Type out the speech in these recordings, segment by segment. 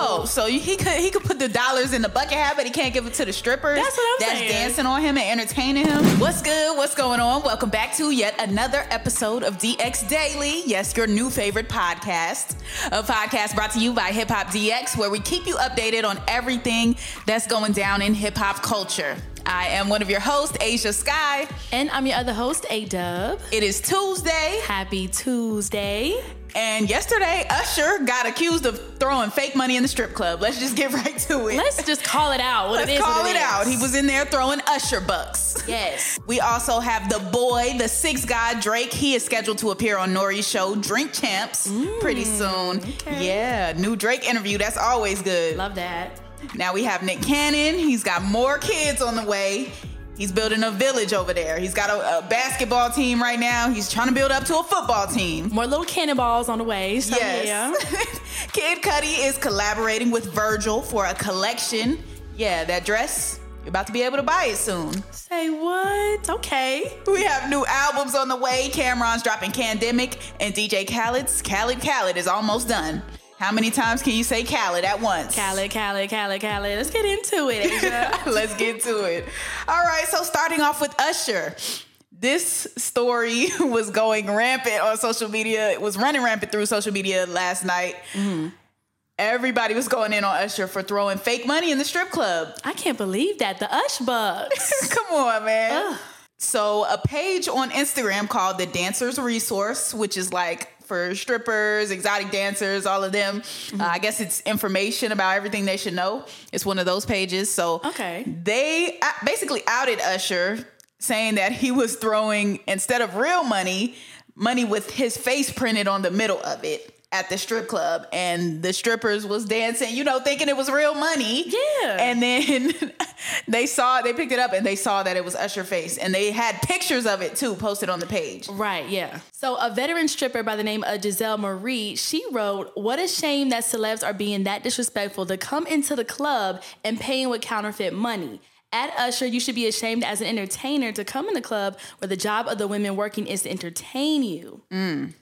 Oh, so he could he could put the dollars in the bucket hat, but he can't give it to the strippers. That's what I'm That's saying. dancing on him and entertaining him. What's good? What's going on? Welcome back to yet another episode of DX Daily. Yes, your new favorite podcast, a podcast brought to you by Hip Hop DX, where we keep you updated on everything that's going down in hip hop culture. I am one of your hosts, Asia Sky. And I'm your other host, A Dub. It is Tuesday. Happy Tuesday. And yesterday, Usher got accused of throwing fake money in the strip club. Let's just get right to it. Let's just call it out. What Let's it is, call what it, is. out. He was in there throwing Usher bucks. Yes. We also have the boy, the six guy Drake. He is scheduled to appear on Nori's show Drink Champs Mm, pretty soon. Yeah, new Drake interview. That's always good. Love that. Now we have Nick Cannon. He's got more kids on the way. He's building a village over there. He's got a, a basketball team right now. He's trying to build up to a football team. More little cannonballs on the way. So yeah. yes. Kid Cudi is collaborating with Virgil for a collection. Yeah, that dress. You're about to be able to buy it soon. Say what? Okay. We have new albums on the way. Cameron's dropping Candemic and DJ Khaled's Khaled Khaled is almost done. How many times can you say Khaled at once? Khaled, Khaled, Khaled, Khaled. Let's get into it, Asia. Let's get to it. All right, so starting off with Usher. This story was going rampant on social media. It was running rampant through social media last night. Everybody was going in on Usher for throwing fake money in the strip club. I can't believe that. The Ush Bucks. Come on, man. So, a page on Instagram called the Dancers Resource, which is like for strippers, exotic dancers, all of them. Uh, I guess it's information about everything they should know. It's one of those pages. So, Okay. they uh, basically outed Usher, saying that he was throwing instead of real money, money with his face printed on the middle of it at the strip club and the strippers was dancing you know thinking it was real money Yeah. and then they saw they picked it up and they saw that it was usher face and they had pictures of it too posted on the page Right, yeah. So, a veteran stripper by the name of Giselle Marie, she wrote, What a shame that celebs are being that disrespectful to come into the club and paying with counterfeit money. At Usher, you should be ashamed as an entertainer to come in the club where the job of the women working is to entertain you.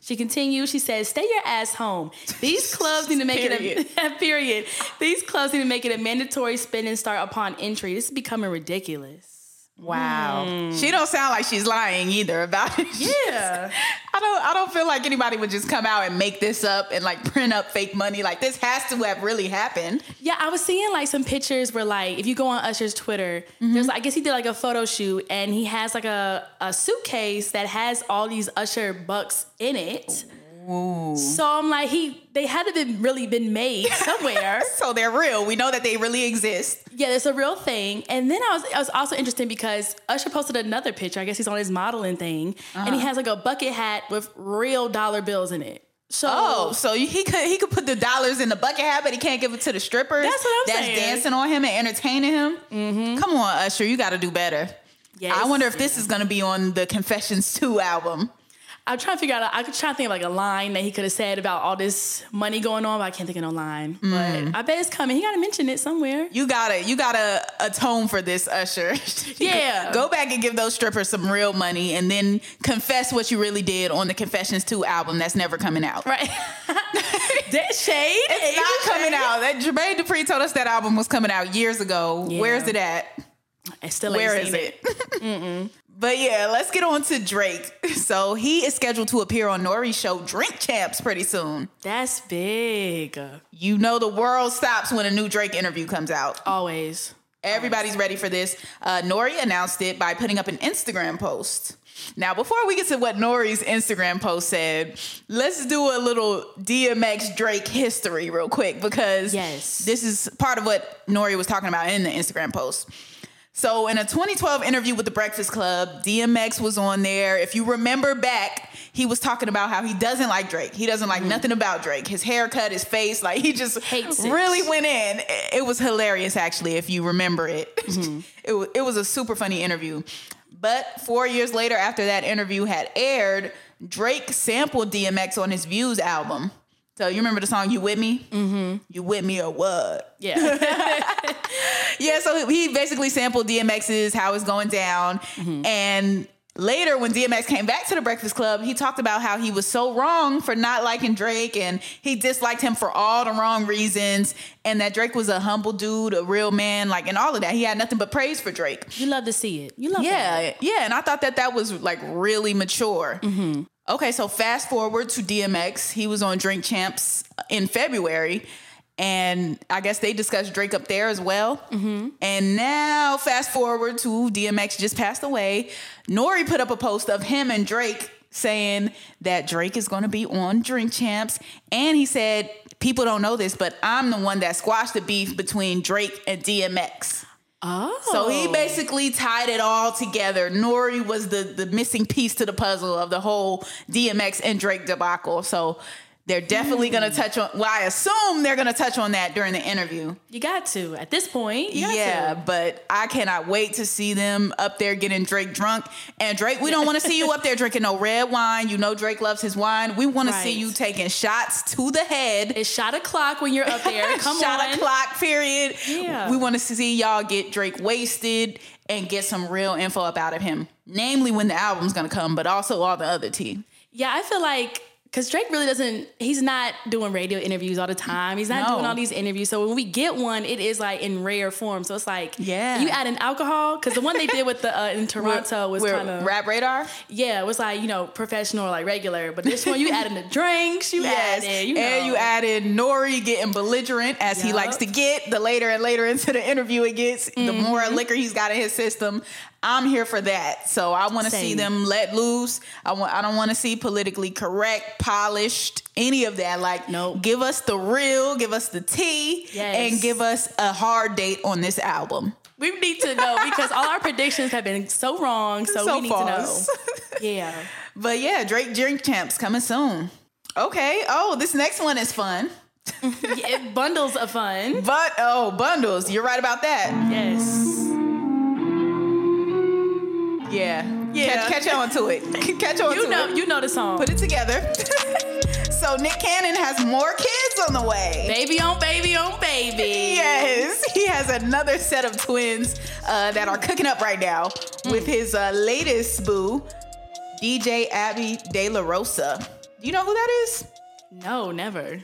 She continues, she says, Stay your ass home. These clubs need to make Period. it a period. These clubs need to make it a mandatory spin and start upon entry. This is becoming ridiculous. wow Hmm. she don't sound like she's lying either about it Yeah. I don't I don't feel like anybody would just come out and make this up and like print up fake money. Like this has to have really happened. Yeah, I was seeing like some pictures where like if you go on Usher's Twitter, Mm-hmm. there's I guess he did like a photo shoot and he has like a, a suitcase that has all these Usher bucks in it. So I'm like he they had to been really been made somewhere. So they're real. We know that they really exist. yeah, it's a real thing. And then I was I was also interested because Usher posted another picture. I guess he's on his modeling thing and Uh-huh. he has like a bucket hat with real dollar bills in it. So Oh, so he could he could put the dollars in the bucket hat, but he can't give it to the strippers. That's what I'm That's saying. Mm-hmm. dancing on him and entertaining him. Come on, Usher, you got to do better. yes. I wonder if this is going to be on the Confessions 2 album. I'm trying to figure out. I could try to think of like a line that he could have said about all this money going on, but I can't think of no line. Mm. But I bet it's coming. He got to mention it somewhere. You gotta, you gotta atone for this, Usher. Yeah. Go back and give those strippers some real money, and then confess what you really did on the Confessions 2 album that's never coming out. Right. that shade. It's not coming out. That Jermaine Dupri told us that album was coming out years ago. Yeah. Where's it at? I still ain't Where is seen it. it? But yeah, let's get on to Drake. So he is scheduled to appear on Nori's show Drink Champs pretty soon. That's big. You know the world stops when a new Drake interview comes out. Always. Everybody's ready for this. Uh, Nori announced it by putting up an Instagram post. Now, before we get to what Nori's Instagram post said, let's do a little DMX Drake history real quick because Yes. this is part of what Nori was talking about in the Instagram post. So, in a 2012 interview with The Breakfast Club, DMX was on there. If you remember back, he was talking about how he doesn't like Drake. He doesn't like nothing about Drake. His haircut, his face, like he just Mm-hmm. Hates it. really went in. It- It was hilarious, actually, if you remember it. Mm-hmm. it, wa- it was a super funny interview. But four years later, after that interview had aired, Drake sampled DMX on his Views album. So you remember the song "You With Me"? Mm-hmm. You with me or what? Yeah. Yeah. So he basically sampled DMX's "How It's Going Down," and later when DMX came back to the Breakfast Club, he talked about how he was so wrong for not liking Drake, and he disliked him for all the wrong reasons, and that Drake was a humble dude, a real man, like, and all of that. He had nothing but praise for Drake. you love to see it. You love that. Yeah, yeah, and I thought that that was like really mature. Okay, so fast forward to DMX. He was on Drink Champs in February, and I guess they discussed Drake up there as well. And now, fast forward to DMX just passed away. Nori put up a post of him and Drake saying that Drake is going to be on Drink Champs, and he said. People don't know this, but I'm the one that squashed the beef between Drake and DMX. Oh. So he basically tied it all together. Nori was the the missing piece to the puzzle of the whole DMX and Drake debacle. So they're definitely going to Mm. touch on. Well, I assume they're going to touch on that during the interview. You got to at this point. You got Yeah, to. but I cannot wait to see them up there getting Drake drunk. And Drake, we don't want to see you up there drinking no red wine. You know Drake loves his wine. We want to see Right. you taking shots to the head. It's shot o'clock when you're up there. Come shot on. o'clock period. Yeah. We want to see y'all get Drake wasted and get some real info up out of him, namely when the album's gonna come, but also all the other tea. Yeah, I feel like because Drake really doesn't, he's not doing radio interviews all the time. He's not No. doing all these interviews. So when we get one, it is like in rare form. So it's like, Yeah. you add an alcohol because the one they did with the uh, in Toronto was We're- kind of rap radar. yeah, it was like you know professional like regular, but this one you added the drinks, you Yes, added, you know, and you added Nori getting belligerent as he Yup. Mm-hmm. likes to get. The later and later into the interview it gets, the more liquor he's got in his system. I'm here for that. So I want to see Same. them let loose. I want. I don't want to see politically correct, polished, any of that. Like, Nope. give us the real, give us the tea, Yes. and give us a hard date on this album. We need to know because all our predictions have been so wrong. So, we need false. to know. Yeah. But yeah, Drake Drink Champs coming soon. Okay. Oh, this next one is fun. yeah. it- Bundles of fun. But oh, bundles. You're right about that. Yes. Yeah. Yeah. Catch, catch on to it. Catch on You to know, it. you know the song. Put it together. so Nick Cannon has more kids on the way. Baby on baby on baby. Yes, he has another set of twins uh, that are cooking up right now Hmm. with his uh, latest boo, DJ Abby De La Rosa. Do you know who that is? No, never.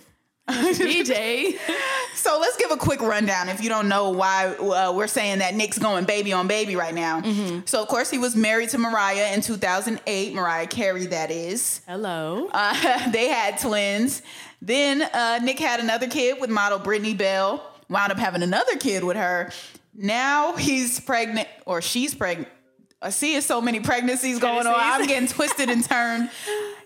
DJ. So let's give a quick rundown if you don't know why uh, we're saying that Nick's going baby on baby right now. Mm-hmm. So, of course, he was married to Mariah in 2008, Mariah Carey, that is. Hello. Uh, they had twins. Then uh, Nick had another kid with model Brittany Bell, wound up having another kid with her. Now he's pregnant, or she's pregnant. I see so many pregnancies going on. Pregnancies. I'm getting twisted and turned.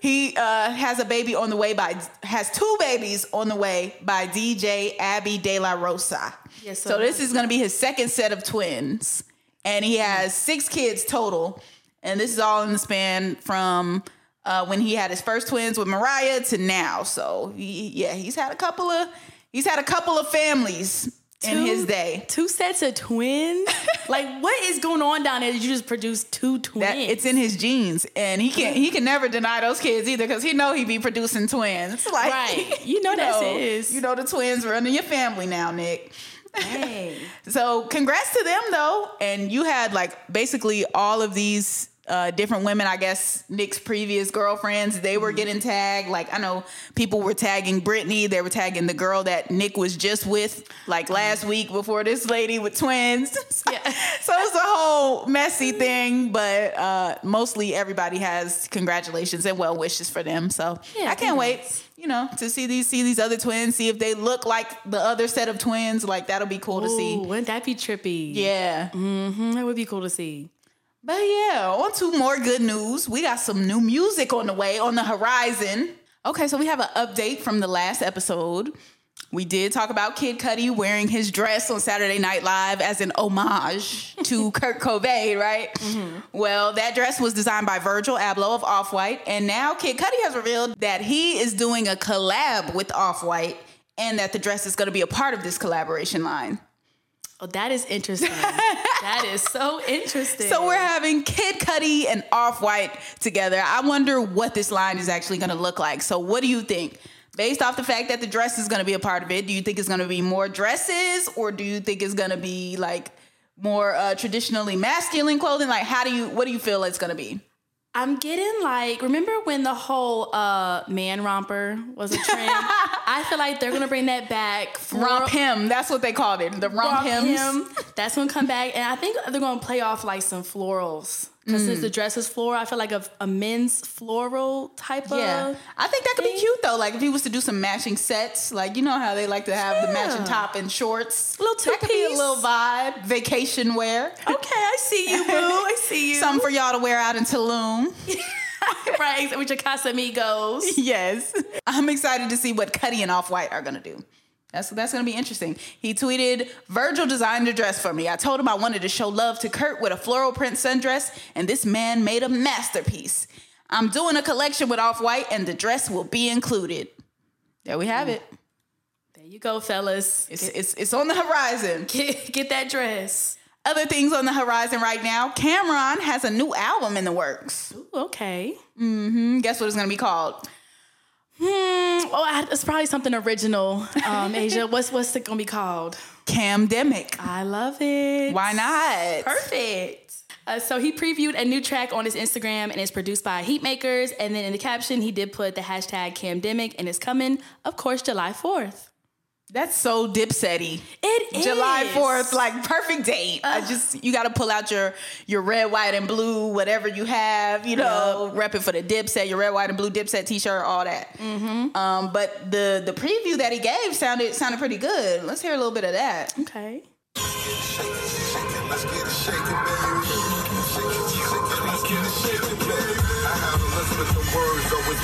He uh, has a baby on the way by, has two babies on the way by DJ Abby De La Rosa. Yes, so so- this is going to be his second set of twins. And he has six kids total. And this is all in the span from uh, when he had his first twins with Mariah to now. So he, yeah, he's had a couple of he's had a couple of families in his day. Two sets of twins? like what is going on down there that you just produced two twins? That Uh, it's in his genes, and he can he can never deny those kids either because he know he be producing twins. Like Right. You know that's his. You know the twins running your family now, Nick. Dang. So congrats to them though, and you had like basically all of these uh, different women, I guess Nick's previous girlfriends, they Mm-hmm. were getting tagged. Like I know people were tagging Brittany. They were tagging the girl that Nick was just with, like last week before this lady with twins. so, Mm-hmm. Yeah. so it's a whole messy thing, but uh, mostly everybody has congratulations and well wishes for them. So Yeah, I can't wait, congrats. you know, to see these see these other twins, see if they look like the other set of twins. Like that'll be cool to Ooh, see. wouldn't that be trippy? Yeah. Mm, that would be cool to see. Mm-hmm. But yeah, on to more good news. We got some new music on the way, on the horizon. Okay, so we have an update from the last episode. We did talk about Kid Cudi wearing his dress on Saturday Night Live as an homage to Kurt Cobain, right? Well, that dress was designed by Virgil Abloh of Off White, and now Kid Cudi has revealed that he is doing a collab with Off White and that the dress is going to be a part of this collaboration line. Oh, that is interesting. that is so interesting. So we're having Kid Cudi and Off White together. I wonder what this line is actually going to look like. So what do you think? Based off the fact that the dress is going to be a part of it, do you think it's going to be more dresses or do you think it's going to be like more uh, traditionally masculine clothing? Like how do you what do you feel it's going to be? I'm getting like, remember when the whole uh, man romper was a trend? I feel like they're gonna bring that back. Romp him. That's what they called it. The romp, Romp hims. him. That's gonna come back, and I think they're gonna play off like some florals because since the dress is floral, I feel like a, a men's floral type Yeah. of. I think that could be thing. cute though. Like if he was to do some matching sets, like you know how they like to have the matching Yeah. top and shorts. Little That could be a two-piece. little vibe, vacation wear. Okay, I see you, boo. I see you. Something for y'all to wear out in Tulum. right with your Casamigos. yes. I'm excited to see what Cuddy and Off White are gonna do. That's that's gonna be interesting. He tweeted, Virgil designed a dress for me. I told him I wanted to show love to Kurt with a floral print sundress, and this man made a masterpiece. I'm doing a collection with Off White, and the dress will be included. There we have it. There you go, fellas. It's, it's, it's on the horizon. Get, get that dress. Other things on the horizon right now Cameron has a new album in the works. Ooh, okay. And guess what it's gonna be called? Hmm. Oh, I, it's probably something original. Um, Asia, what's what's it gonna be called? Camdemic. I love it. Why not? Perfect. Uh, so he previewed a new track on his Instagram and it's produced by Heatmakers. And then in the caption, he did put the hashtag Camdemic and it's coming, of course, July 4th. That's so dipsetty. It July is. 4th, like perfect date. I just you gotta pull out your your red, white, and blue, whatever you have, you know, rep it for the dip set, your red, white, and blue dip set t-shirt, all that. Um, but the the preview that he gave sounded sounded pretty good. Let's hear a little bit of that. Okay.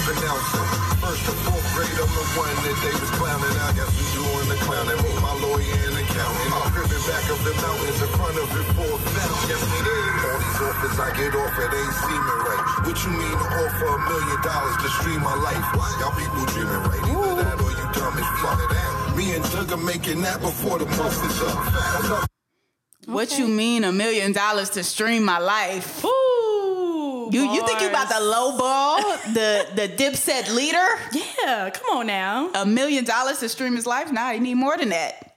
First to fourth grade, I'm the one that they was clowning. I got some doing the clowning with my lawyer and accountant. I'm driven back up the mountains in front of it for a fountain. Yes, it is. All these offers I get off, it ain't seeming right. What you mean to offer a million dollars to stream my life? Y'all people dreaming right. Either that or you dumb as fuck. Me and Jugga making that before the month is up. That's up. What you mean a million dollars to stream my life? Ooh. You you think you about to lowball the the dip set leader? Yeah, come on now. a million dollars to stream his life? Nah, he need more than that.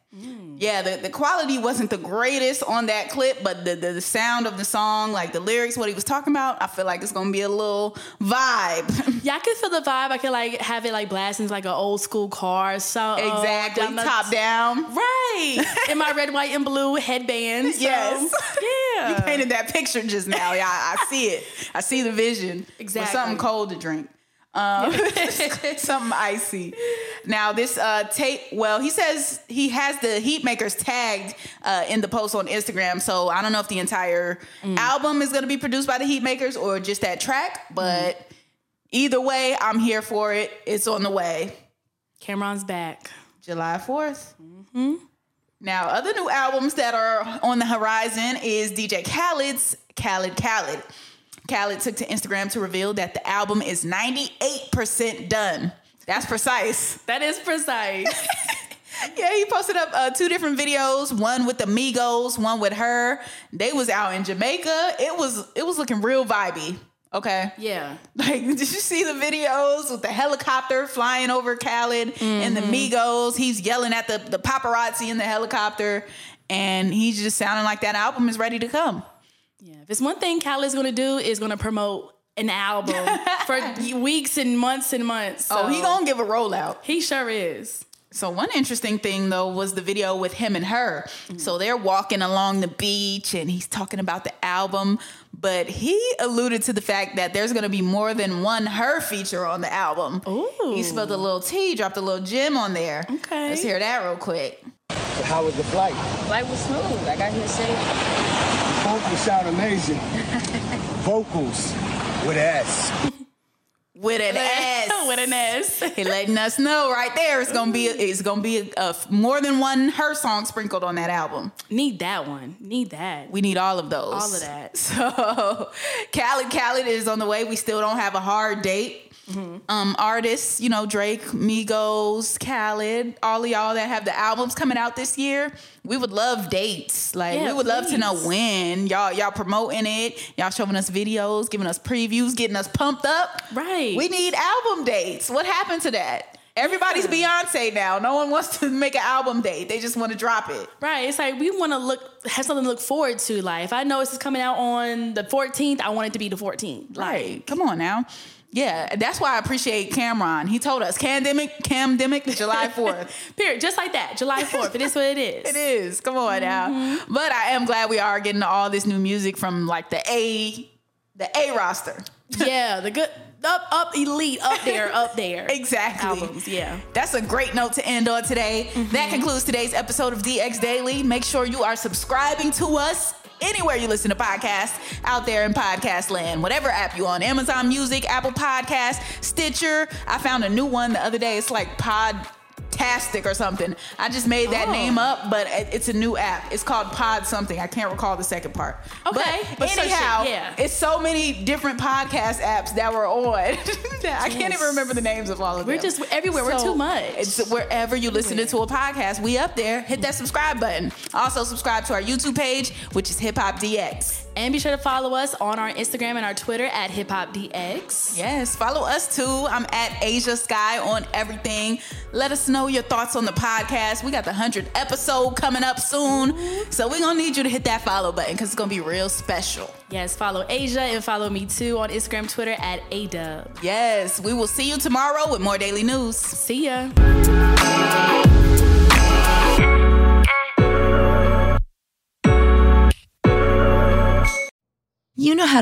Yeah, the, the quality wasn't the greatest on that clip, but the, the the sound of the song, like the lyrics, what he was talking about, I feel like it's gonna be a little vibe. Yeah, I could feel the vibe. I could like have it like blasting like an old school car. So uh, exactly, top down. Right. In my red, white, and blue headband. so- Yes. Yeah. You painted that picture just now. Yeah, I, I see it. I see the vision. With Exactly. something cold to drink. Um, something icy. Now this uh, tape. Well, he says he has the heat makers tagged uh, in the post on Instagram. So I don't know if the entire album is going to be produced by the heat makers or just that track. But either way, I'm here for it. It's on the way. Cameron's back. July 4th. Now, other new albums that are on the horizon is DJ Khaled's Khaled Khaled. Khaled took to Instagram to reveal that the album is 98% done. That's precise. That is precise. yeah, he posted up uh, two different videos, one with the Migos, one with her. They was out in Jamaica. It was it was looking real vibey. Okay. yeah. Like, did you see the videos with the helicopter flying over Khaled and the Migos? He's yelling at the, the paparazzi in the helicopter, and he's just sounding like that album is ready to come. Yeah. If it's one thing Khalid's gonna do is gonna promote an album for weeks and months and months. Oh, he so- gonna give a rollout. he sure is. So one interesting thing though was the video with him and her. So they're walking along the beach and he's talking about the album, but he alluded to the fact that there's going to be more than one her feature on the album. Ooh. He spelled a little T, dropped a little gem on there. Okay. Let's hear that real quick. How was the flight? Life was smooth. I got here safe. Vocals sound amazing. Vocals with S. With an S. with an S. He letting us know right there it's gonna be it's gonna be a, a f- more than one her song sprinkled on that album. Need that one. Need that. We need all of those. All of that. So Khaled, Khaled is on the way. We still don't have a hard date. Mm-hmm. Um, artists, you know, Drake, Migos, Khaled, all of y'all that have the albums coming out this year, we would love dates. Like Yeah, we would love to know please. when y'all y'all promoting it, y'all showing us videos, giving us previews, getting us pumped up. Right. We need album dates. What happened to that? Everybody's Beyonce now. No one wants to make an album date. They just want to drop it. Right. It's like we want to look have something to look forward to. Like if I know this is coming out on the 14th, I want it to be the 14th. Like Right. Come on now. Yeah, that's why I appreciate Cameron. He told us, "Candemic, Camdemic, July 4th. period. Just like that. July 4th. it is what it is. it is. Come on now. Mm-hmm. But I am glad we are getting all this new music from like the A, the A roster. Yeah, the good up up elite up there up there. Exactly. Albums, yeah. That's a great note to end on today. Mm-hmm. That concludes today's episode of DX Daily. Make sure you are subscribing to us anywhere you listen to podcasts out there in podcast land. Whatever app you on, Amazon Music, Apple Podcasts, Stitcher. I found a new one the other day. It's like Pod. Tastic or something. I just made that Oh. name up, but it- it's a new app. It's called Pod something. I can't recall the second part. Okay, but, but search it, anyhow, yeah. it's so many different podcast apps that were on. that I can't Yes. even remember the names of all of We're them. just everywhere. We're too much. It's wherever you listen to a podcast, we up there. Hit that subscribe button. Also subscribe to our YouTube page, which is Hip Hop DX. And be sure to follow us on our Instagram and our Twitter at Hip Hop DX. Yes, follow us too. I'm at Asia Sky on everything. Let us know your thoughts on the podcast. We got the hundredth episode coming up soon, so we're gonna need you to hit that follow button because it's gonna be real special. Yes, follow Asia and follow me too on Instagram, Twitter at ADub. Yes, we will see you tomorrow with more daily news. See ya. You know how